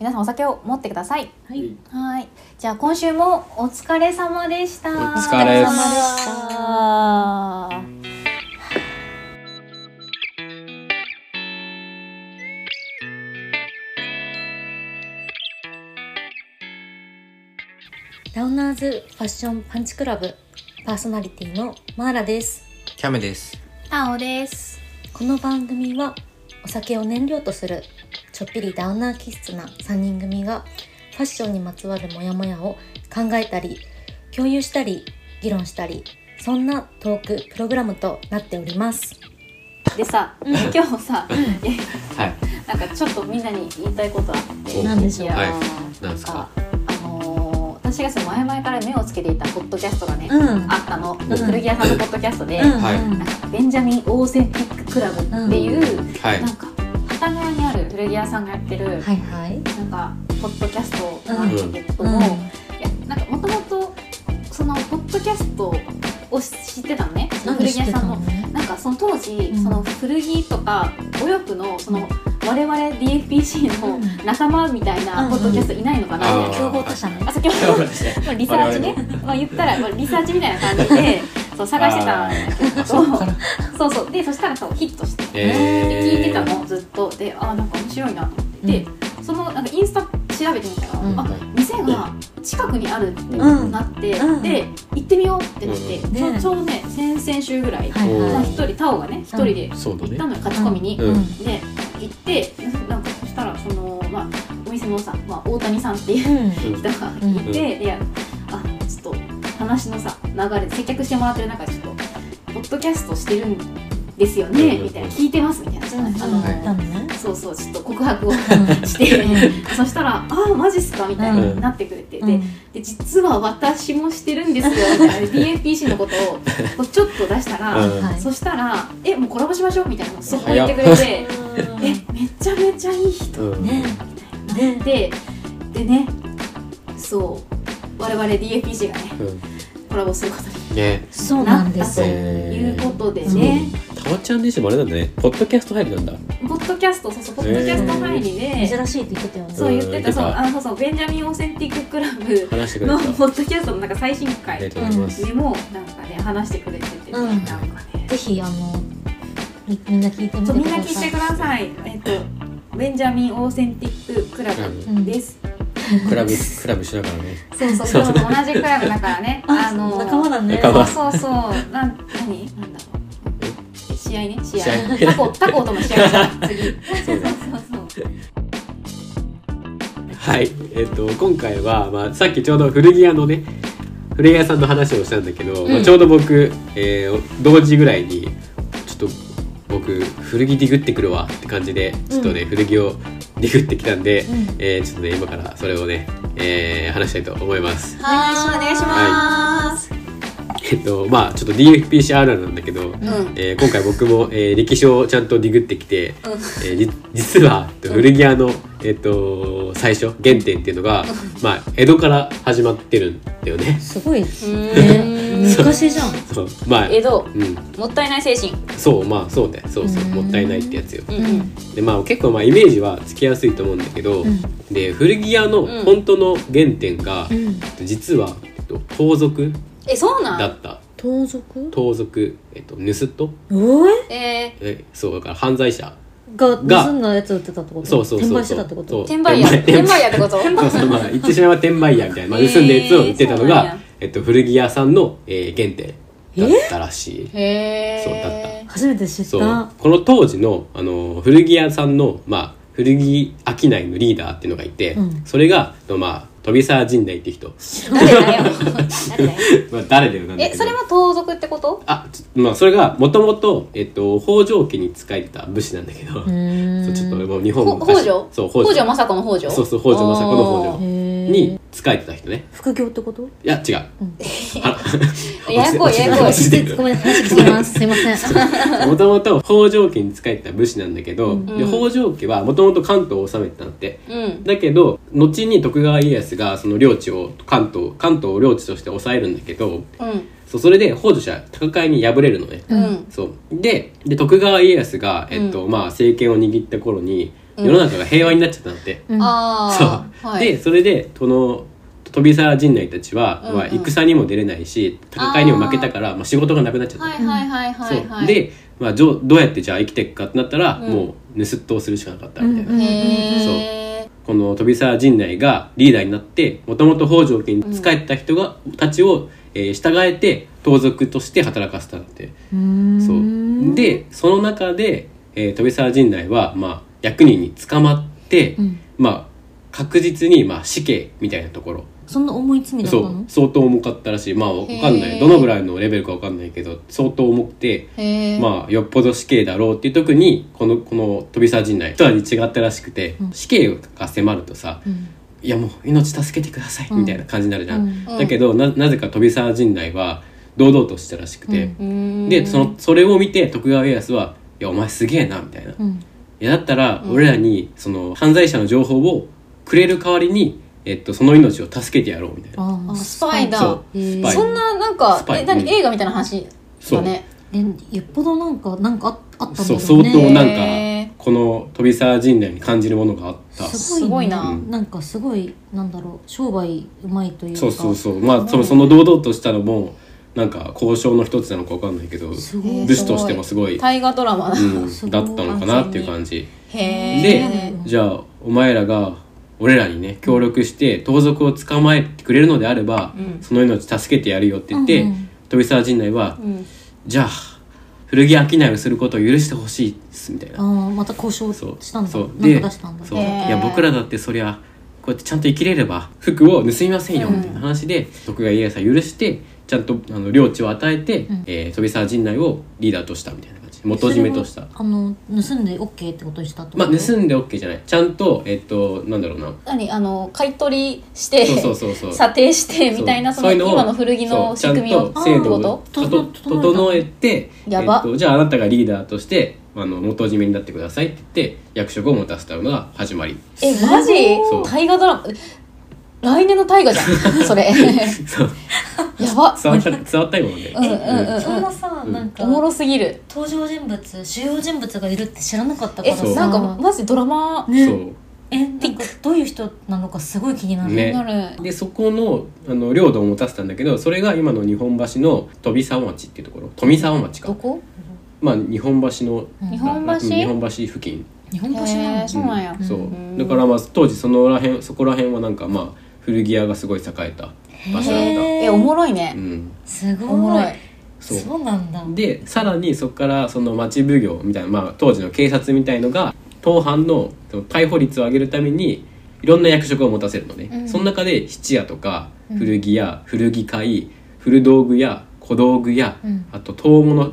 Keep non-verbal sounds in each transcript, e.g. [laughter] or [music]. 皆さんお酒を持ってくださいはい、はいじゃあ今週もお疲れ様でしたお疲れ様様ででしたダウナーズファッションパンチクラブパーソナリティのマーラですキャメです青ですこの番組はお酒を燃料とするちょっぴりダウナー気質な3人組がファッションにまつわるモヤモヤを考えたり共有したり議論したりそんなトークプログラムとなっておりますでさ、今日さ、はいなんかちょっとみんなに言いたいことあっておなんでしょういやーはいななんんすかかあのー私がその前々から目をつけていたポッドキャストがね、うんあったの、古着屋さんのポッドキャストで、うんはいなんかベンジャミン・オーセンティック・クラブっていう、はなんか片側にある古着屋さんがやってる、はいはいなんかポッドキャストなんだけどうんも、いやなんかもともとそのポッドキャストを知ってたのねその古着屋さんの。ねなんかその当時、んその古着とかお洋服のその我々 DFPC の仲間みたいなポッドキャストいないのかなみたいな、うん競合他社ねあ先ほどまあリサーチね我、まあ、言ったら、まあ、リサーチみたいな感じ [laughs] でそう探してたんだけどそうそうでそしたらそうヒットして、えーで聞いてたのずっとであーなんか面白いなと思って、でそのなんかインスタ調べてみたら、うんあ店が近くにあるってうんなって、うんで行ってみようってなって、うねちょちょうどね先々週ぐらい、はいうんまあは一人タオがね一人でそうだ行っねたのよ勝ち込みに。い、うんで行ってなんかそしたらその、まあ、お店のさ、まあ、大谷さんっていううん人がいて、いやあちょっと話のさ流れで接客してもらってる中でちょっとポッドキャストしてるんですよね、うんみたいな聞いてますみたいな、うんあの、はいだもんねそうそうちょっと告白をうんして、 [laughs] そしたら「ああマジっすか」みたいになってくれて、うんでで実は私もしてるんですよみたいな DNPC のことをこうちょっと出したら、うんはいそしたら「えもうコラボしましょう」みたいなそこ言ってくれて「えめちゃめちゃいい人」うんねねででねそう我々 DFPG がねうんコラボすることねそうにななんっでたすとよいうことでね、たわちゃん自身もあれなんだねポッドキャスト入るなんだポッドキャストそうそうポッドキャスト範囲で、珍しいって言ってたよねそう言ってた、うんそう言ってたあそうそうベンジャミン・オーセンティック・クラブ話してくれたのあポッドキャストのなんか最新りが回とうございますでもなんかね話してくれてて、うんなんかねぜひあのみみんな聞いてみそてうみんなくだ聞いさていく。ださいえっとベンジャミン・オーセンティック・クラブです、クラブクラブ一緒だからねそうそうそう同じクラブだから [laughs] ねあの仲間だね。仲間そうそうそう。なん何なんだろう。え試合ね試合試。合タコタコとの試合だ。次。そうそうそう。はい、えっと今回は、まあ、さっきちょうど古着屋のね古着屋さんの話をしたんだけど、まあ、ちょうど僕、えー同時ぐらいにちょっと僕古着ディグってくるわって感じでちょっとね、古着をディグってきたんで、えーちょっとね今からそれをね、えー話したいと思います。はいお願いします。えっとまあちょっと DFPCR なんだけど、うん。えー今回僕も、えー歴史をちゃんとディグってきて、うんえーじ実はえっと古着屋の、えっと最初原点っていうのが、まあ、江戸から始まってるんだよね。すごい。うね、難しいじゃん。そうまあ江戸うん、もったいない精神。そうまあそうだよそうそううんもったいないってやつよ。うんうんでまあ結構まあイメージはつきやすいと思うんだけど、うんで古着屋のうん本当の原点が、うん。実は、えっと、盗賊えそうなだん。った盗賊？盗賊、えっと、盗っ人おい？ええそうだから犯罪者がが盗んだやつ売ってたってこと？そうそうそうそう転売してたってこそとうー転売屋転売転売屋ってこと。 [laughs] そうそうまあ言ってしまえば転売屋みたいな、まあ、盗んだやつを売ってたえのーそうなんがや、えっと、古着屋さんの、えー原点だったらしい、へえ。そうだっ初めて知っそうた。この当時の、あの古着屋さんの、まあ、古着商いのリーダーっていうのがいて、うんそれが、えっとまあ、飛沢陣内っていう人 [laughs] 誰だよ。誰だよ。まあ誰だよなんだけ [laughs] えどそれも盗賊ってこと？あちょまあそれがもともと北条家に仕えてた武士なんだけど、うー。そうんちょっともう日本ほ昔北条？そう北条北条政子の北条？そうそう北条政子の北条へえ。に仕えてた人ね副業ってこと？いや違う、ああーややこいややこマ [laughs] い。ジでごめん話聞きます。すいませ [laughs] ん。もともと北条家に仕えてた武士なんだけど、うんで北条家はもともと関東を治めてたんだってうん。だけど後に徳川家康がその領地を関東関東を領地として抑えるんだけどうん。そうそれで北条氏は戦いに敗れるのね、うん。そうでで徳川家康が、えっとまあ、政権を握った頃に世の中が平和になっちゃったんだって、うん [laughs] そあう、あ、はい、でそれでこの飛沢陣内たちは、うんうんまあ戦にも出れないし戦いにも負けたからもう仕事がなくなっちゃった、はいはいはいはいはそういで、まあ、じょどうやってじゃあ生きていくかってなったら、うんもう盗っ人をするしかなかったみたいな、うんうんへえこの飛沢陣内がリーダーになってもともと北条家に仕えてた人が、たちを、えー従えて盗賊として働かせたんだってそうでその中で、えー、飛沢陣内は、まあ、役人に捕まって、うんまあ確実に、まあ、死刑みたいなところそんな重い罪だったそのう相当重かったらしいまあわかんなへーいどのぐらいのレベルかわかんないけど相当重くて、へえまあよっぽど死刑だろうっていう時にこのこの飛沢陣内とは違ったらしくて、うん死刑が迫るとさうん「いやもう命助けてください」うんみたいな感じになるじゃん。うんだけどななぜか飛沢陣内は堂々としたらしくて、うんうんでそのそれを見て徳川家康は「いやお前すげえな」みたいな。うんいやだったらうん俺らにその犯罪者の情報をくれる代わりに、えっと、その命を助けてやろうみたいな。あーあスパイだそうへースパイそんななんかスパイえ何うん映画みたいな話だねえよっぽどなんかなんかああったんだそうろう相ね当なへんかこの飛沢陣内に感じるものがあったそすごいすごいなな、なんかすごいなんだろう商売うまいというかうそうそうまあそのねその堂々としたのもなんか交渉の一つなのかわかんないけどすえごーい武士としてもすごい、大河ドラマだうん、すごいだったのかなっていう感じへでえじゃあお前らが俺らにね協力して盗賊を捕まえてくれるのであれば、うんその命助けてやるよって言って、うんうん飛沢陣内はうんじゃあ古着商いをすることを許してほしいっすみたいあな。ーまた交渉そうしたんだそうなんか出したんだそういへーや僕らだってそりゃこうやってちゃんと生きれれば服を盗みませんようんみたいな話で、徳川家康は許してちゃんとあの領地を与えて、んえー飛沢陣内をリーダーとしたみたいな感じ元締めとしたそれ。はあの盗んで OK ってことにしたってことまあ、盗んで OK じゃないちゃんとえっとなんだろうな何あの買い取りしてそうそうそうそう査定してそうみたいなそのういうを今の古着の仕そう組みをちゃんと制度あーをこ整と整えた整えてやばえっと、じゃああなたがリーダーとしてあの元締めになってくださいって言って役職を持たせたのが始まりえマジそう大河ドラマ来年の大河じゃん [laughs] それそうやば [laughs] 伝わった伝わったよね、うんうんうんそんなさ、なんかおもろすぎる登場人物主要人物がいるって知らなかったかえらさうなんかマジドラマねそえなんかどういう人なのかすごい気になる、ねになるうでそこのあの領土を持たせたんだけどそれが今の日本橋の飛沢町っていうところ富沢町どかこまあ日本橋のうん日本橋うん日本橋付近日本橋なへのーそうなんやそううんだからまあ当時そのらへんそこら辺はなんかまあ古着屋がすごい栄えた場所だったへえおもろいうねんすごいおもろいそうそうなんだでさらにそこからその町奉行みたいな、まあ、当時の警察みたいのが当犯のその逮捕率を上げるためにいろんな役職を持たせるのね、うんその中で質屋とか古着屋、古着会古道具屋小道具屋、うんあと遠物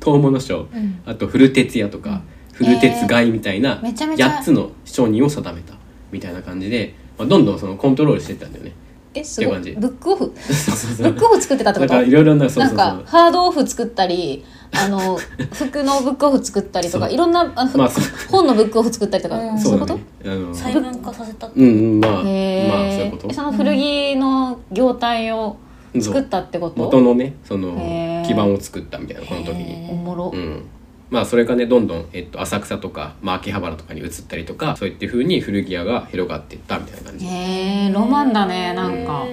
遠物商うんあと古鉄屋とか古鉄街みたいなめちゃめちゃ8つの商人を定めたみたいな感じで、まあ、どんどんそのコントロールしていったんだよね。えすごっいていう感ブじックオフそうそうブそうックオフ作ってたってこ [laughs] だとからいろいろなそうなそんうそかうハードオフ作ったりあ [laughs] の服のブックオフ作ったりとかそういろんなあふまあそう本のブックオフ作ったりとか、うんそういうこだとねあの細分化させたってうんうんまあまあそうへいうえことえその古着の業態をそう作ったってこと、元のねそのへー基盤を作ったみたいなこの時にへおもろ、うんまあそれがねどんどん、えっと、浅草とか、まあ、秋葉原とかに移ったりとかそういった風に古着屋が広がっていったみたいな感じ、っへえロマンだねなんか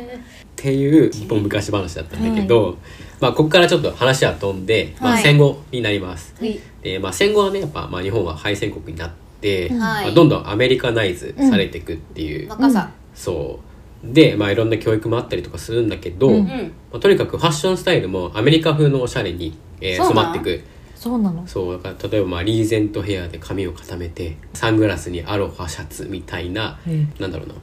ていう一本昔話だったんだけど、まあここからちょっと話は飛んで、まあ、はい戦後になります、はいでまあ、戦後はねやっぱ、まあ、日本は敗戦国になって、んはいまあ、どんどんアメリカナイズされていくっていう、若さそうでまあいろんな教育もあったりとかするんだけど、うんうん、まあ、とにかくファッションスタイルもアメリカ風のおしゃれに、えーそう染なまんっていくそうなのそうだから例えばまあリーゼントヘアで髪を固めてサングラスにアロハシャツみたいな、なんだろうな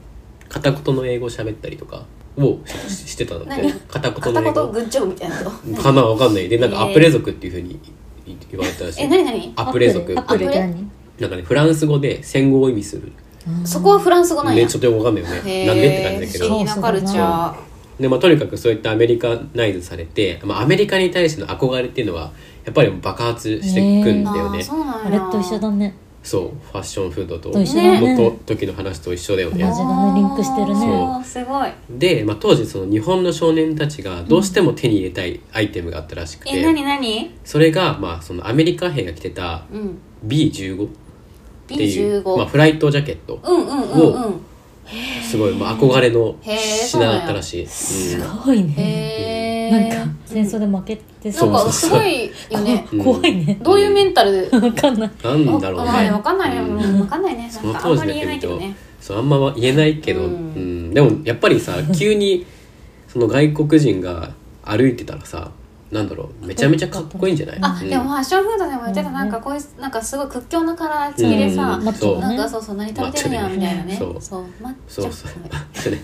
片言の英語喋ったりとかをししてたの何片言片の英言語グッジョブみたいなことかなわかんないでなんかえーアプレ族っていうふうにい言われたらしい、え何何アプレ族アプレアっプレて何なんかねフランス語で戦後を意味するそこはフランス語なんや、ねちょっとよくわかんないよへねえなんでって感じだけ不思ど議なカルチャーで、まあ、とにかくそういったアメリカナイズされて、まあ、アメリカに対しての憧れっていうのはやっぱり爆発していくんだよあね、ーそうなんやあれと一緒だねそうファッションフードとと一緒だねねのと時の話と一緒だよね同じだねリンクしてるねそうすごいで、まあ、当時その日本の少年たちがどうしても手に入れたいアイテムがあったらしくて、え何何それがまあそのアメリカ兵が着てたうん B15 ってっていう、 B15 まあ、フライトジャケットうんうんうんうんすごい、まあ、憧れのへー品だったらしい、すうんごいね、へえなんか戦争で負けてそうなんそかうすそうごいよねうん怖いねどういうメンタルでわかんないなんだろうねあまあわかんないよ、ううん、わかんないねなんかあんまり言えないけどねそうあんまは言えないけうど、うんんでもやっぱり [laughs] さ急にその外国人が歩いてたらさなんだろうめちゃめちゃかっこいいんじゃないあ、うんでもファッションフードでも言ってた、うんなんかこういうなんかすごい屈強なカラー付きでさ、うんそなんねかそうそう何食べてるやんみたいなねそそううそう抹茶そうそう [laughs] そうね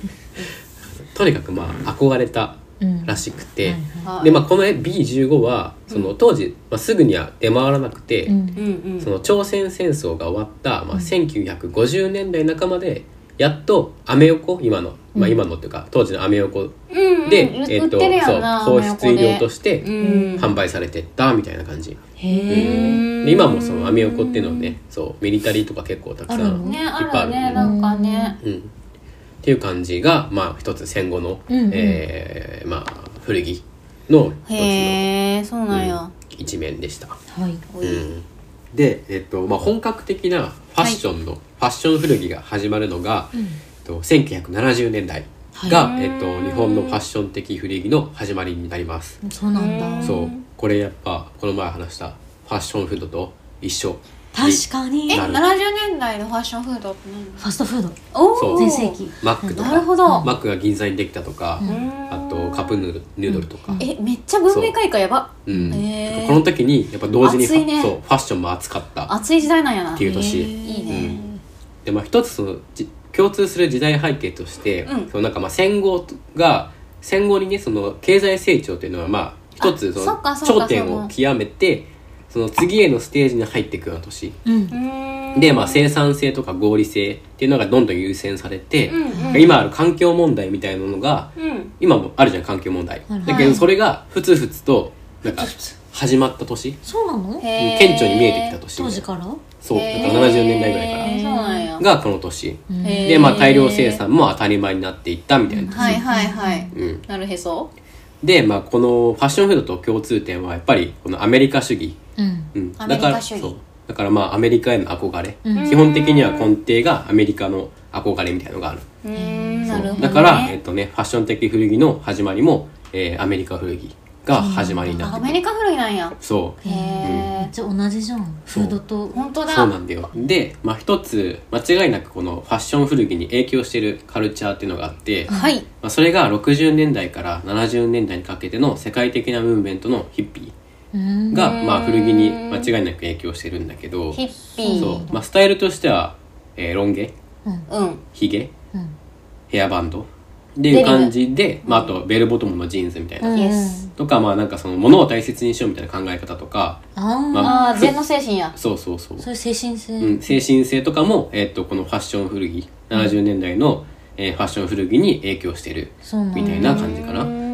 とにかくまあ憧れたうんらしくて、はいはでまあこの B15 はその当時、まあ、すぐには出回らなくて、いうんうんうんその朝鮮戦争が終わった、まうあ、ん1950年代半ばでやっとアメ横今の、まあ、うん今のっていうか当時のアメ横うんうんで、売っっとてるやんなそう皇室医療とししてうん販売されてったみたいな感じ、へえうんで今もそのアメ横っていうのはねそうミリタリーとか結構たくさあるのん、ねあるいっぱいあねるなんかねうん、っていう感じがまあ一つ戦後の、うんうんえーまあ、古着の一つのへえそうなんや、一面でした、はいおういん、で、えっとまあ、本格的なファッションの、ファッション古着が始まるのが、えっと、1970年代が、はいえっと、日本のファッション的古着の始まりになりますそうなんだうんそうこれやっぱこの前話したファッションフードと一緒確かにえフな70る年代のファッションフードって何ァストフードおそおう全盛期マックとかなるほどマックが銀座にできたとか、うんあとカップヌードルヌードルとか、えめっちゃ文明開化やばうんへーこの時にやっぱ同時にフ熱いァ,、ねそうファッションも熱かったっ熱い時代なんやなていうへ年ーいいね、でまあ一つそのじ共通する時代背景として、うんそのなんかまあ戦後が戦後にねその経済成長というのはまあ一つあそそっのかそっか頂点を極めてその次へのステージに入っていくような年うんうんで、まあ、生産性とか合理性っていうのがどんどん優先されて、うんうん今ある環境問題みたいなのがうん今もあるじゃん環境問題、はいだけどそれがふつふつとなんか始まった年そうなのへー顕著に見えてきた年当時からそうだへかーら70年代ぐらいへーそうなんやからがこの年うんへーで、まあ、大量生産も当たり前になっていったみたいな年、はいはいはいうん、なるへそで、まあ、このファッションフードと共通点はやっぱりこのアメリカ主義、うんうん、アだメリかカら主義そうだからまあアメリカへの憧れ、うん基本的には根底がアメリカの憧れみたいなのがあるうーんそなるほど、うね、だから、えっとね、ファッション的古着の始まりも、えーアメリカ古着が始まりになあアってくメるリカ古着なんやそうへめっえちゃ同じじゃんフそうードと本当だそうなんだよで、まあ、一つ間違いなくこのファッション古着に影響してるカルチャーっていうのがあって、まはいあ、それが60年代から70年代にかけての世界的なムーブメントのヒッピうんーが、まあ、古着に間違いなく影響してるんだけどヒッピーそう、まあ、スタイルとしては、えーロン毛うんうんヒゲうんヘアバンドっていう感じで、まあ、あとベルボトムのジーンズみたいな、うん Yes とかまあなんかその物を大切にしようみたいな考え方とかああまああ禅の精神やそうそうそう、そういう精神性うん、精神性とかも、えっとこのファッション古着70年代の、えーファッション古着に影響してるそうなみたいんだな感じかな、ううんん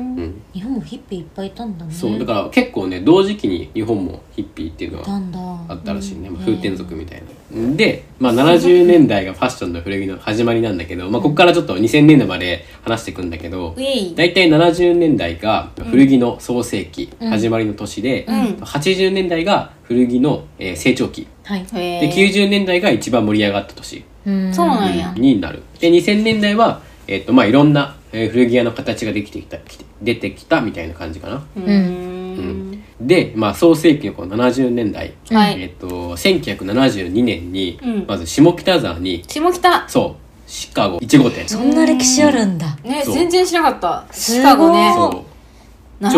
日本もヒッピーいっぱいいたんだねそうだから結構ね同時期に日本もヒッピーっていうのいたはんだあったらしいね、うんまあ風天族みたいなで、まあ、70年代がファッションの古着の始まりなんだけど、まあ、ここからちょっと2000年代まで話していくんだけどウェイ大体70年代が古着の創世期、うん始まりの年で、うん80年代が古着の、えー成長期はいへーで90年代が一番盛り上がった年うんそうなんやになるで2000年代は、えっとまあ、いろんな、えー古着屋の形ができてきたきて出てきたみたいな感じかな、ううんで、まあ、創世期のこの70年代、はいえっと1972年に、うんまず下北沢に下北そうシカゴ1号店そんな歴史あるんだねそう全然知なかったすごいシカゴねそう72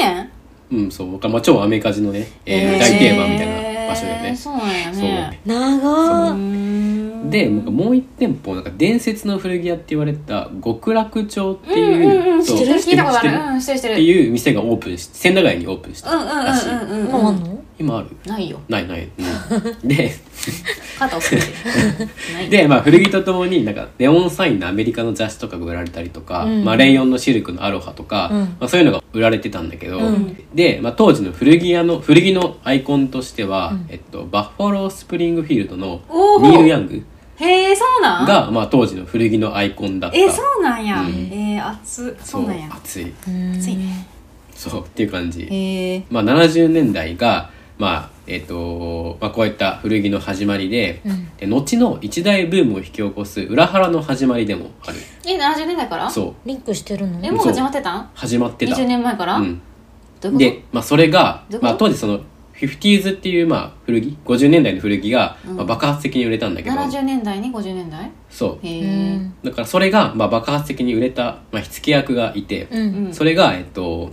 年うん、そう、まあ、超アメリカ人のね、えーへー大定番みたいな場所だよね。そうなんやねそ長ーうう。で、なんかもう一店舗、なんか伝説の古着屋って言われた極楽町ってうんいう、うんうん知そうってる聞いたことある知ってうん知ってる知っっててるいう店がオープンし、千駄ヶ谷にオープンしうたんうんらしい。うんうん今あうんんの今あるないよないない。うんで、 [laughs] 肩をつけてないで、まあ、古着とともに、なんか、ネオンサインのアメリカの雑誌とかが売られたりとか、うんまあ、レイヨンのシルクのアロハとか、うんまあ、そういうのが売られてたんだけど、うんで、まあ、当時の古着屋の、古着のアイコンとしては、うんえっと、バッファロースプリングフィールドのおおニール・ヤングへえそうなんが、まあ、当時の古着のアイコンだった。えそうなんや、うんえー、熱そうなんや熱い。うん熱いねそう、っていう感じ。へえまあ、70年代が、まあ、えっとまあ、こういった古着の始まりでうんで後の一大ブームを引き起こす裏腹の始まりでもあるえ70年代からそうリンクしてるのえもうそう始まってたん始まってた ?20 年前から、うん、どういうこで、まあ、それがど、こまあ、当時その 50s っていうまあ古着50年代の古着が、うんまあ、爆発的に売れたんだとけど70年代に50年代そうへえうんだからそれがまあ爆発的に売れた、まあ、火付け役がいて、ううんんそれが、えっと、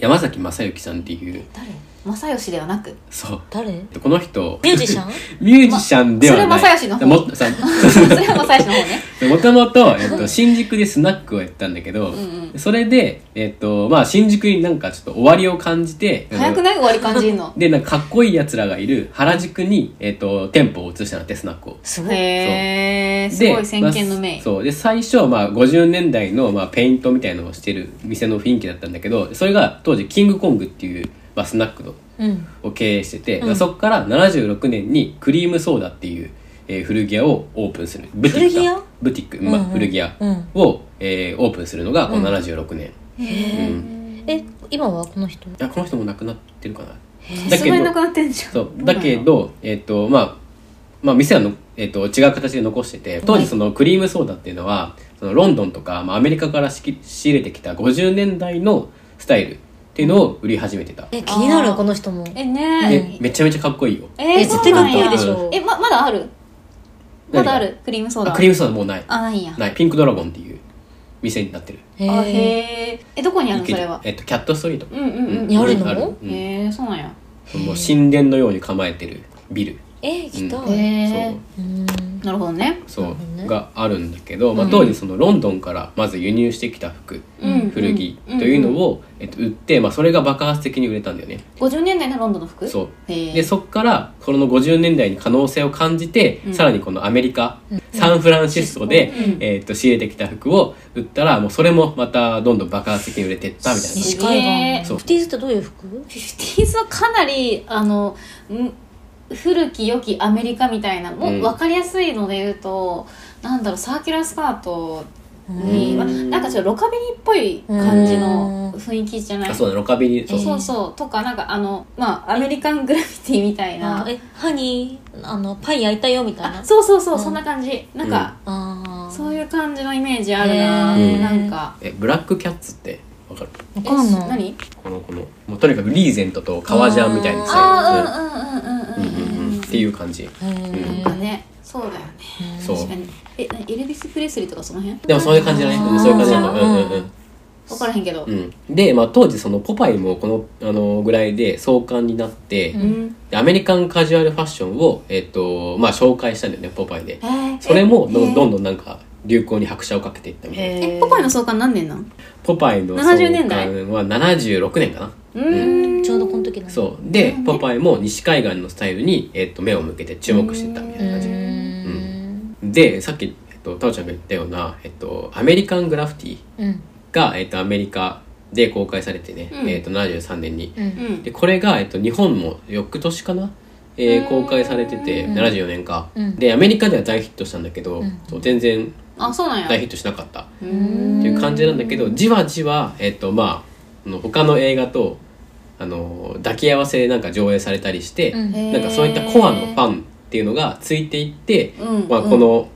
山崎正幸さんっていう誰正義ではなくそう誰ミえっとこの人ュージ [laughs] シャンミュージシャンではない、まそれ正義の方もさ [laughs] それは正義の方ねもともと、えっと、新宿でスナックをやったんだけど、うんうんそれで、えっとまあ、新宿になんかちょっと終わりを感じて早くない終わり感じんの [laughs] でなんかかっこいいやつらがいる原宿に、えっと店舗を移したのテスナックを。すごいへえですごい先見のま明あそうで最初はまあ50年代のまあペイントみたいなのをしてる店の雰囲気だったんだけどそれが当時キングコングっていう、まあ、スナックのうんを経営してて、うんそこから76年にクリームソーダっていう、えー古着屋をオープンするブティックだ古着屋ブティック、まあうんうん古着屋うんを、えーオープンするのがこのうん76年、へうええ今はこの人いやこの人も亡くなってるかなへださすけどがになくなってんじゃんそうだけど、えっとまあまあ、店はの、えっと違う形で残してて当時そのクリームソーダっていうのはそのロンドンとか、まあ、アメリカから仕切仕入れてきた50年代のスタイルっていうのを売り始めてた、え気になあるーこの人もえでねめちゃめちゃかっこいいよええそ絶う対かなんっこやいいでしょえままだあるま何がだあるクリームソーあダクリームソーダもうないあないんやないピンクドラゴンっていう店になってるあへえへええどこにあるのそれはえっと、キャットストリートうんうんうんやるのうんへえそうなんやもう神殿のように構えてるビルえ行きたうんへいえうんなるほどねそう、なるほどねがあるんだけど、まあ、うん当時そのロンドンからまず輸入してきた服、うん古着というのを、えっと、売って、まあ、それが爆発的に売れたんだよね。 50年代のロンドンの服そうへえでそっからこの50年代に可能性を感じて、うんさらにこのアメリカ、サンフランシスコで、うんえっと仕入れてきた服を売ったらもうそれもまたどんどん爆発的に売れてったみたいな西海え岸そうフティーズってどういう服フィフティーズはかなりあのん古き良きアメリカみたいなもううん分かりやすいので言うと、なんだろうサーキュラースカートに、うんまあなんかちょっとロカビリーっぽい感じのう雰囲気じゃないあそうだロカビリーそう、えーそうそうとかなんかあのまあアメリカングラフィティみたいなあえハニーあのパイ焼いたよみたいなあそうそうそう、うんそんな感じなんか、ああそういう感じのイメージあるな、へーなんかえブラックキャッツってわかるわかんない何このこのもうとにかくリーゼントと革ジャンみたいなさ、ああーうんうんうんうんうんうんうんうん、っていう感じへなんえかねそうだよねそう確かにえなエルビス・プレスリーとかその辺でもそういう感じだねあーうんそういう感じだねうんうんうん分からへんけどうんで、まあ、当時そのポパイもこの、あのぐらいで創刊になって、うんうんでアメリカンカジュアルファッションを、えっとまあ、紹介したんだよねポパイでえーそれもど,、えーどんどんなんか流行に拍車をかけていったみたいなえポパイの創刊何年なんポパイの創刊は70年代76年かなうーんちょうどこの時なんだそうで、うんポパイも西海岸のスタイルに、えっと目を向けて注目していったみたいな感じううんでさっき、えっと、タオちゃんが言ったような、えっと、アメリカングラフィティうんが、えっと、アメリカで公開されてね、うんえっと、73年にううんんでこれが、えっと、日本も翌年かな、えーうん公開されててうん74年か、うんでアメリカでは大ヒットしたんだけど、うんそう全然あそうなんや大ヒットしなかったっうーうんていう感じなんだけどじわじわ、えっとまあ、あの他の映画とあの抱き合わせでなんか上映されたりして、うんへーなんかそういったコアのファンっていうのがついていって、うんまあ、この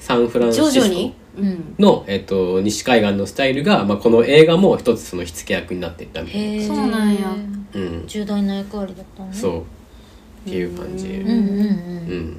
サンフランシ徐ス々コにうんの、えっと、西海岸のスタイルが、まあ、この映画も一つその火付け役になっていったみたいへえそうなんやな、うん、重大な役割だったのねそうっていう感じ、うんうんううん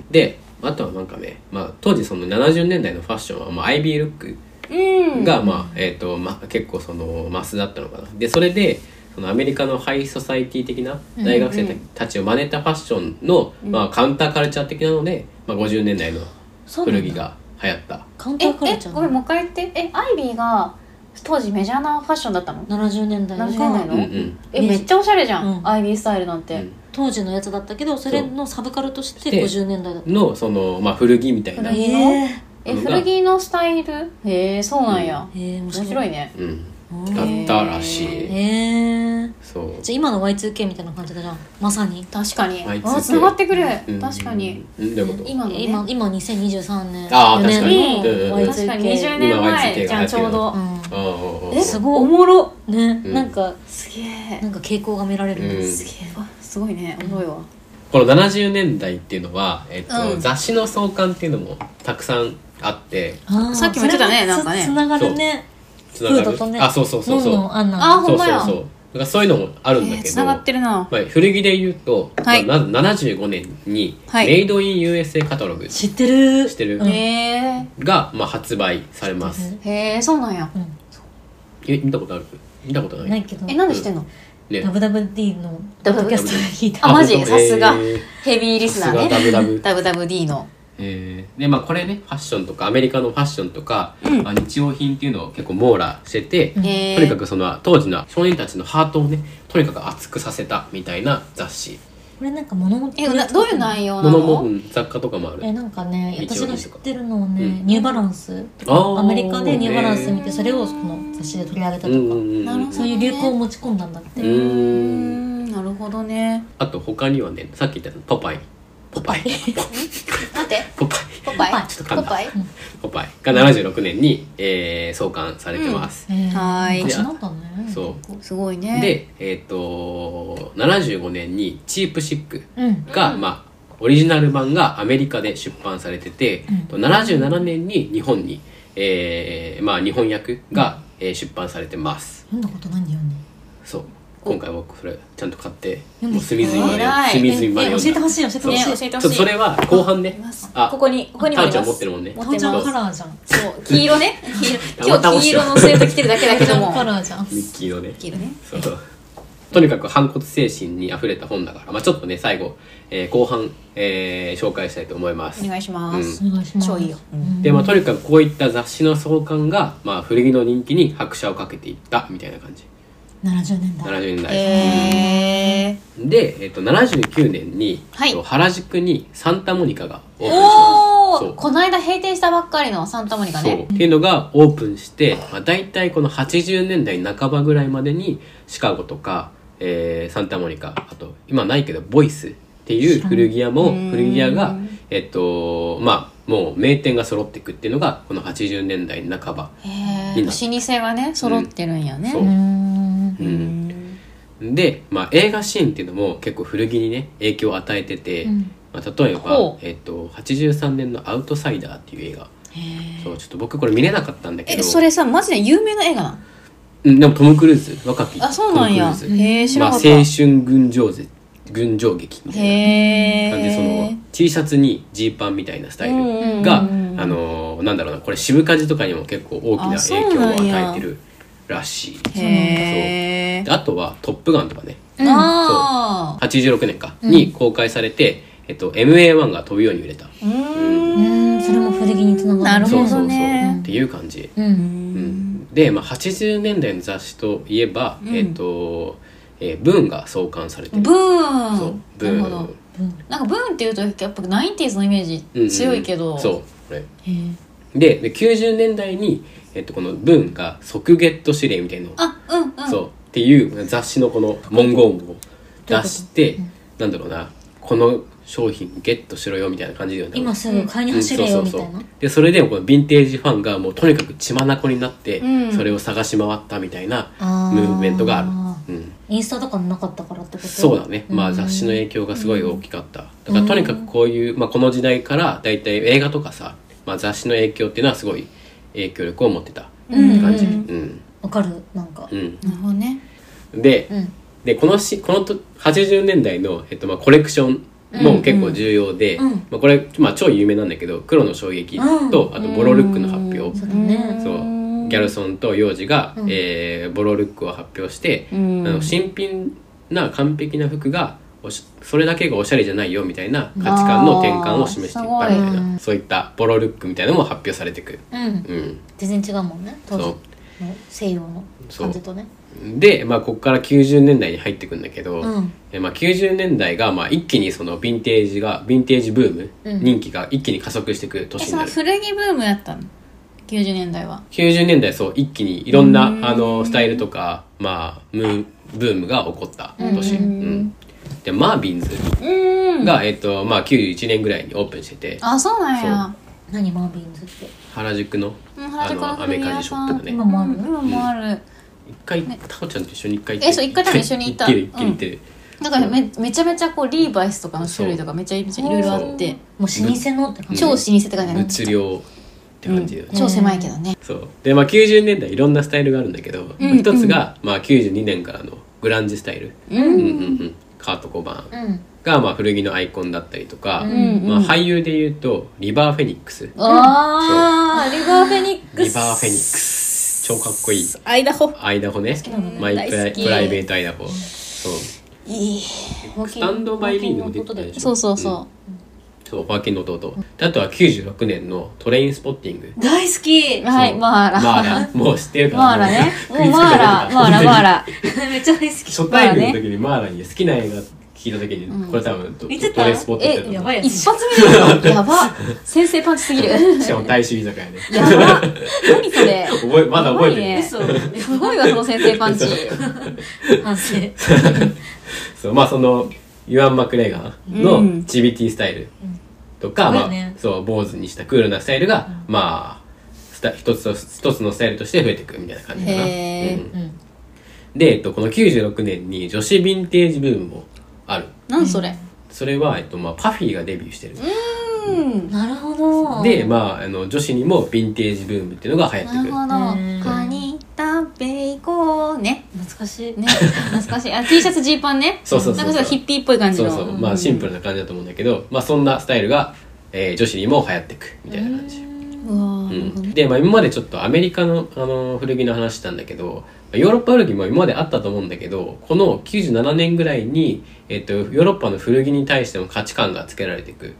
ん、であとはなんかね、まあ、当時その70年代のファッションは、まあ、アイビールックうんが、まあえーとま、結構そのマスだったのかなでそれでそのアメリカのハイソサイティ的な大学生たうんうんたちを真似たファッションの、うんまあ、カウンターカルチャー的なので、まあ、50年代のそうな古ん着だが流行ったカウンタえーカルえチャごめんーもう一回言ってえアイビーが当時メジャーなファッションだったの70年代70年代うのんうんえねめっちゃおしゃれじゃん、うんアイビースタイルなんて、うん当時のやつだったけどそれのサブカルとしてで50年代だったのその、まあ、古着みたいな、古着ええうん古着のスタイルへえそうなんや、え面面白いいねうん、うんだったらしい、へえそうじゃあ今の Y2K みたいな感じだじゃんまさに確かにまあいつあつながってくる、確かに、、うんうん、どういうこと今のね今今2023年あー4年確かにのうんうんうん確かに20 Y2K 年前じ今ゃ Y2K んちょうど、うんあああああえすごいおもろねうんなんかすげえなんか傾向が見られるうんねすげえわすごいねおもろいわこの70年代っていうのは、えっとうん雑誌の創刊っていうのもたくさんあってあーさっきも言ってたねそれなんかねつつながるねつフードとねあそうそうそうそうのんのんあんなあそうほんまそうやそうだからそういうのもあるんだけど、つながってるなまあ、古着で言うと、はいまあまず75年にはいメイドイン USA カタログ知ってる知ってるうんへが、まあ、発売されます知っえへえそうなんやえ見たことある見たことてなるいないけどえなんでしてんのね WWD のポッドキャストで聞いあたマジ本当さすがえーヘビーリスナーねさすがダブダ WWD のえーでまあこれねファッションとかアメリカのファッションとか、うんまあ、日用品っていうのを結構網羅してて、うんへとにかえくその当時の少年たちのハートをねとにかく熱くさせたみたいな雑誌これなんか物持ってえなどういう内容な物ものうん雑貨とかもあるえなんかね日私用品とかが知ってるのはね、うんニューバランスとあーかアメリカでニューバランス見てそれをその雑誌で取り上げたとうんか、うんうんなるほどそういう流行を持ち込んだんだって、うーんなるほどねあと他にはねさっき言ったポパイポパイ待ってポパイポパイポパイちょっと噛んだポパイポパイが76年に、えー創刊されてます、えーはーい昔なんだねそうすごいねでえっ、と75年に「チープシック」うんが、まあオリジナル版がアメリカで出版されてて、77年に日本に、えーまあ、日本訳が、えー出版されてます読んだことないんだよねそう今回僕それちゃんと買ってんもう隅々まで偉い隅々まえで教読えんてだほしい教えてほしい、ねね、教えてちょほっしといそれは後半あねりますあここにここにもあタりオちゃまんす持ってるもんね持タっオてちゃまんすカラーじゃんそう黄 [laughs] 色ね黄色今生日々し黄い色のスウェット着てるだけだけ [laughs] どもカラーじゃんミッキーのね黄色ねそうとにかく反骨精神にあふれた本だから、まあ、ちょっとね最後、えー後半、えー紹介したいと思いますお願いしますお願いします超いいようんでまあ、とにかくこういった雑誌の創刊が、まあ、古着の人気に拍車をかけていったみたいな感じ70年代70年代、へえで、えっと、79年に、はいえっと原宿にサンタモニカがオープンしますおそおうこの間閉店したばっかりのサンタモニカそうねっていうのがオープンして、まあ、大体この80年代半ばぐらいまでにシカゴとか、えーサンタモニカあと今ないけどボイスっていう古着屋もうん古着屋がえっとまあもう名店が揃っていくっていうのがこの80年代半ば、へいえいな老舗がね揃ってるんやねそううーんうん、で、まあ、映画シーンっていうのも結構古着にね影響を与えてて、うんまあ、例えばほ、えっと83年の「アウトサイダー」っていう映画そうちょっと僕これ見れなかったんだけどえそれさマジで有名な映画なのうんでもトム・クルーズ若きあそうなんやトムクルーズへえ知まらあ、なか青ったへ春群青ぜ群青劇みたいな感じでそえの T シャツにジーパンみたいなスタイルが、あのーなんだろうなこれ渋カジとかにも結構大きなあそう影響をなんや与えてるらしいへえであとは「トップガン」とかねああ86年か、に公開されて、えっと、MA1 が飛ぶように売れた、うーうんーんそれも古着につながるなるほそうそうどそうねっていう感じ、ううんんで、まあ、80年代の雑誌といえば、うんえっと、えーブーンが創刊されてるブそーうンブなるほーどンうんなんかブーンっていうとやっぱナインティーズのイメうんうーんジ強いけどそうこれへーでで90年代に、えっと、このブーンが即ゲット指令みたいなのをあうんうんそうっていう雑誌のこの文言を出して、なんだろうなこの商品ゲットしろよみたいな感じではな今すぐ買いに走れよみたいなでそれでもこのヴィンテージファンがもうとにかく血眼になって、うんそれを探し回ったみたいなあームーブメントがある、うん、インスタとかもなかったからってことそうだね、まあうん雑誌の影響がすごい大きかった、だからとにかくこういう、まあ、この時代からだいたい映画とかさ、まあ、雑誌の影響っていうのはすごい影響力を持ってたうん感じううんんわかるなんかうん、なるほどねでうんでこのしこのと80年代の、えっと、まあコレクションも結構重要で、うんうんまあ、これ、まあ、超有名なんだけど「黒の衝撃うん」とあと「ボロルック」の発表、そうだねそうギャルソンと幼児が、うんえーボロルックを発表して、うんあの新品な完璧な服がおしそれだけがおしゃれじゃないよみたいな価値観の転換を示していったみたいあーすごないそういったボロルックみたいなのも発表されていく、うんうん、全然違うもんね当時の西洋の感じとねで、まあ、ここから90年代に入ってくんだけど、うんえまあ、90年代がまあ一気にそのヴィンテージがヴィンテージブーム、うん人気が一気に加速していくえ年にそなのる古着ブームやったの90年代は90年代そう一気にいろんなあのスタイルとか、まあ、ムーブームが起こった年、うんうんでマービンズうんが、えっとまあ、91年ぐらいにオープンしててあそうなんや何マービンズって原宿のうんあ原宿ののア古メ着カ屋ジショッさプんがね今もあるうん今もある一回ねタコちゃんと一緒に一回行えそう一回多分一緒に行った行ってる行ってる行ってるだからめめちゃめちゃこうリーバイスとかの種類とかめちゃめちゃいろいろあってもう老舗のって感じ超老舗って感じだね物量って感じだよね、超狭いけどねそうでまあ90年代いろんなスタイルがあるんだけど、うん一つが、まあ、92年からのグランジスタイル、ううんんうんうん、カート・コバーンうんが、まあ、古着のアイコンだったりとか、んうんまあ、俳優でいうとリバー・フェニックスリああリバーフェニッバクー・スフェニックス超かっこいいアイダホアイダホねきなのねマイプラ大イ好きプライベートアイダホそういいスタンド・バイ・ミーにも出てたでしょそうそうそそうおばけの弟、であとは96年のトレインスポッティング大好きうはいそうマーラマーラもう知ってるからマーラ [laughs] ね食いつけもうてるマーラマーラマー [laughs] ラめっちゃ大好き初対面の時にマーラに好きな映画聞いた時に、うんこれ多分ト見てトたレインスポッティングえやばいやつ一発目 [laughs] でやば先生パンチすぎるしかも大衆居酒屋ねやば何それ覚えまだ覚えてる、やばいね嘘すごいわその先生パン [laughs] チ反省そうまあそのユアン・マクレガーうんのチビティスタイルとか、そうまだよあねそう坊主にしたクールなスタイルが、まあスタ一つと一つのスタイルとして増えていくみたいな感じかな、へーうんで、えっと、この96年に女子ヴィンテージブームもある何それそれは、えっとまあ、パフィーがデビューしてる、うんなるほどで、まあ、あの女子にもヴィンテージブームっていうのが流行ってなくるるほうんどカニ食べ行こうね懐かしいね、懐かしい。あ、T シャツ、ジーパンね。そうそうそうそうなんかちょっとヒッピーっぽい感じそうの。そう、まあシンプルな感じだと思うんだけど、まあ、そんなスタイルが、えー女子にも流行っていくみたいな感じ、うわうーんで、まあ、今までちょっとアメリカの、あの古着の話したんだけどまあヨーロッパ古着も今まであったと思うんだけどこの97年ぐらいに、えっとヨーロッパの古着に対しての価値観がつけられていくっ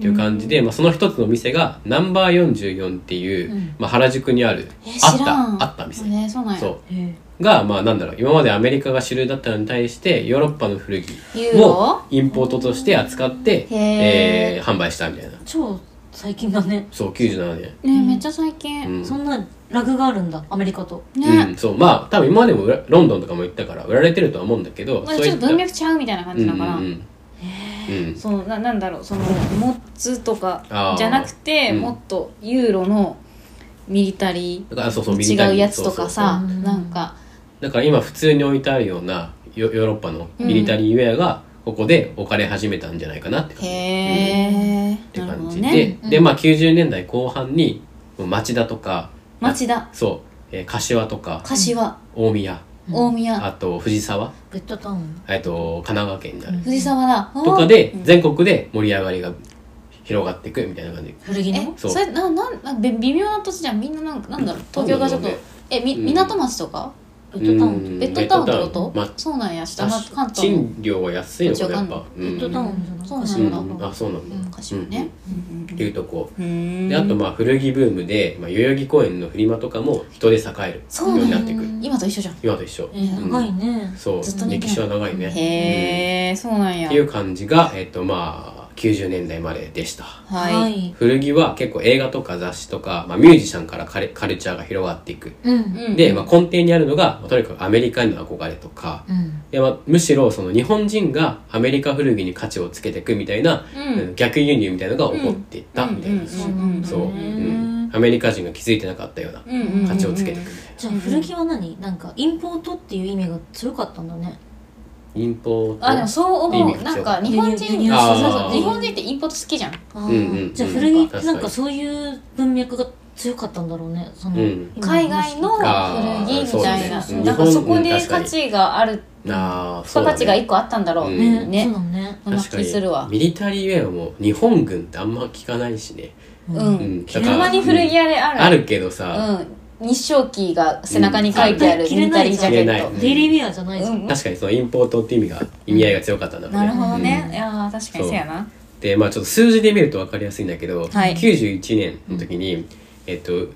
ていう感じで、まあ、その一つのお店がナンバー44っていう、まあ、原宿にあるえあ知っらん。たあった店、ね、そうなんや。そうへが、まあなんだろう、今までアメリカが主流だったのに対して、ヨーロッパの古着ユーもロインポートとして扱って、へーえー販売したみたいな。超最近だねそう、97年。ね、めっちゃ最う近。ん。そんなラグがあるんだアメリカとうね。ん、そう、まあ多分今までも裏ロンドンとかも行ったから売られてるとは思うんだけど、これそうちいょっったと文脈ちゃうみたいな感じだから。うんうんうんうんそのななんだろうそのモッツとかあーじゃなくて、うんもっとユーロのミリタリだからそうそう、ミリタリーー違うやつとかさそうそうそうなんかだから今普通に置いてあるようなヨヨーロッパのミリタリーウェアがここで置かれ始めたんじゃないかなって感へじ。え、ってなるほ感どじで、ねで、まあ90年代後半に、もう町田とか、町田そう、えー柏とか柏、大宮大宮あと藤沢ベッドタウンえっと神奈川県になる、藤沢だとかでうん全国で盛り上がりが広がっていくみたいな感じ古着えのそうそれななんなんべ微妙な土地じゃんみんななんかなんだろう東京がちょっと、なんだろえみうん港町とか、ベッドタウうンんベッドタウンってベこと、ッドタウンまそうなんや下確関か東の賃料は安いのかなやっぱこうベッドタウンじゃないそうかしならんだ、ん、あそうなんだ、うん柏ね、うんっていうとこうんうんであとまあ古着ブームで、まあ、代々木公園のフリマとかも人で栄えるそよううなんにだなっていく今と一緒じゃん今と一緒、えー長いねそうずっとね歴史は長いねへえ、そうなんうんやっていう感じがえっとまあ90年代まででしたはい、古着は結構映画とか雑誌とか、まあ、ミュージシャンからカレカルチャーが広がっていくうんうんで、まあ、根底にあるのが、まあとにかくアメリカへの憧れとか、うんいやまあ、むしろその日本人がアメリカ古着に価値をつけていくみたいな、うんうん逆輸入みたいなのが起こっていったみたいな、うんそうなんだそう、うねん、アメリカ人が気づいてなかったようなうんうんうん価値をつけていくみたいじゃあ古着は何なんかインポートっていう意味が強かったんだねなインポートあでもそう意思味がうな強んかったか日本人輸入あーそうそう日本人ってインポート好きじゃんあーうんうんじゃあうん古着っ確かてになんかそういう文脈が強かったんだろうねその、うん今海外のあー古着みたいなそうだねだからそこ日本うでん確か価に値があるあー人たちが一個あったんだろううんねねそうだねそんな気するわミリタリーウェアも日本軍ってあんま聞かないしねううんうんんだたからまに古着屋であるあるけどさ、うん日照旗が背中に書いてあるうんミリタリージャケ着れないッうんデイリーウェアじゃないじトゃ、うんん確かにそのインポートって意味が意味合いが強かったんだろうねなるほどうねんいやー確かにそうやなでまあちょっと数字で見ると分かりやすいんだけど、はい91年の時に、えっと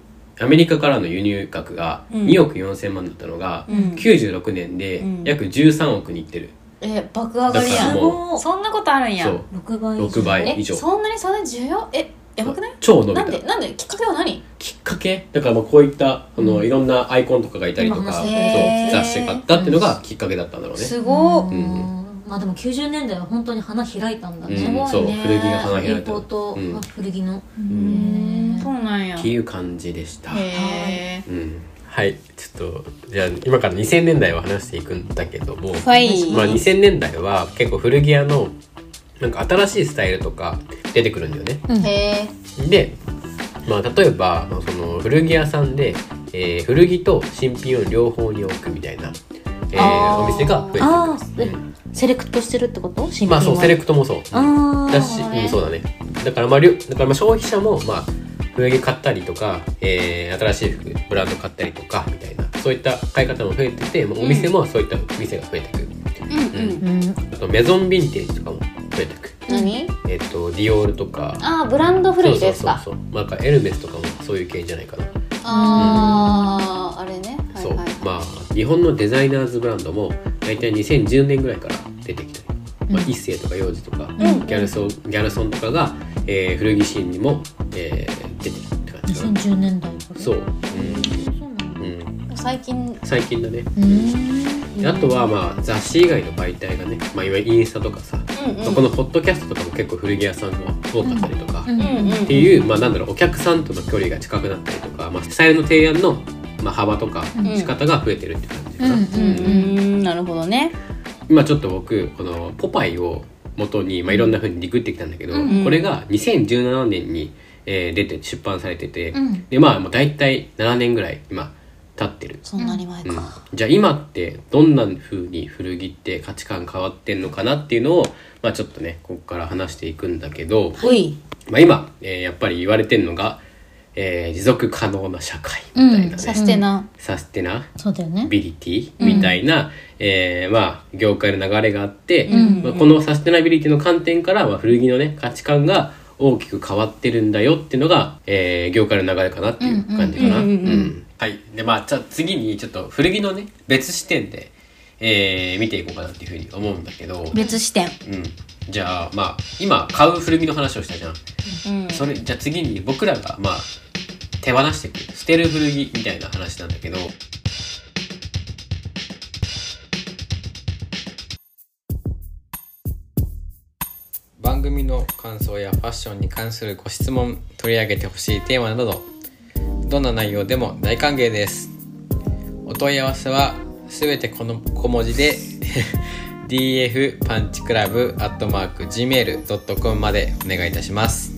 アメリカからの輸入額が2億4千万だったのが、うん96年でうん約13億にいってる、え爆上がりだやからんもそんなことあるんやそう6倍以上6倍え以上そんなにそんなに需要えやばくない超伸びなたんでなんできっかけは何きっかけだからまあこういったあの、いろんなアイコンとかがいたりと今か話そうしたへー雑誌買ったっていうのがきっかけだったんだろうね、すごっうーんまあでも90年代は本当に花開いたんだうんね、ごいねそう古着が花開イいンたポート、うんあ古着のうーんそうなんやっていう感じでした、へえうん、はいちょっとじゃあ今から2000年代を話していくんだけども、はいまあ、2000年代は結構古着屋のなんか新しいスタイルとか出てくるんだよね。へで、まあ、例えばまあその古着屋さんで、えー古着と新品を両方に置くみたいな、えーあーお店が増えてくるああ、うんえセレクトしてるってこと新品まあそうセレククトもそうああだし、ねうん、そうだねだからまありょだからまあ消費者もまあ古着買ったりとか、えー新しい服ブランド買ったりとかみたいなそういった買い方も増えてて、まあお店もそういった店が増えてくる、うんううんんあとメゾンヴィンテージとかも増えてく何えっ、とディオールとかああブランド古着ですかそうそうそうそうまあなんかエルメスとかもそういう系じゃないかな、あああれねはいそうはいまあ日本のデザイナーズブランドも大体2010年ぐらいから出てきたり、まあ、一世とか幼児とか、うんギャルソンギャルソンとかが、えー古着シーンにも、えー出てるって感じかな2010年代からそう、そうなんだうんうん、最近最近だね、うーんであとはまあ雑誌以外の媒体がね、まあ、いわゆるインスタとかさ、うんうんまあこのポッドキャストとかも結構古着屋さんが多かったりとか、うんうんうんっていう、まあ、なんだろうお客さんとの距離が近くなったりとか、まあ、スタイルの提案の、まあ、幅とかうん仕方が増えてるって感じうかんな、ううんんうんうんなるほどね今ちょっと僕この「ポパイ」を元に、まあ、いろんなふうにリグってきたんだけど、うんうんこれが2017年に、えー出て出版されてて、うんでまあもう大体7年ぐらい今経ってる。そんなに前うんか、じゃあ今ってどんな風に古着って価値観変わってんのかなっていうのを、まあ、ちょっとねここから話していくんだけど、ほいまあ、今、えーやっぱり言われてるのが、えー持続可能な社会みたいなね、うんサステナサステナそうだよねビリティみたいな、えーまあ、業界の流れがあって、うんまあ、このサステナビリティの観点から、まあ、古着のね価値観が大きく変わってるんだよっていうのが、えー業界の流れかなっていう感じかな。うんうんうんうんうんはいでまあじゃあ次にちょっと古着のね別視点で、えー見ていこうかなっていうふうに思うんだけど、別視点うん、じゃあまあ今買う古着の話をしたじゃん。うんそれじゃあ次に僕らがまあ手放していく捨てる古着みたいな話なんだけど番組の感想やファッションに関するご質問取り上げてほしいテーマなどどんな内容でも大歓迎ですお問い合わせはすべてこの小文字で [laughs] df パンチクラブアットマーク gmail.com までお願いいたします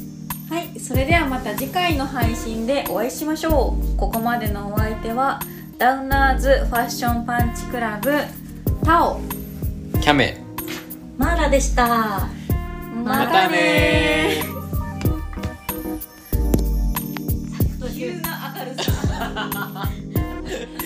はい、それではまた次回の配信でお会いしましょう。ここまでのお相手はダウナーズファッションパンチクラブタオキャメマーラでしたまたね [laughs] ー。急な明るさ [laughs]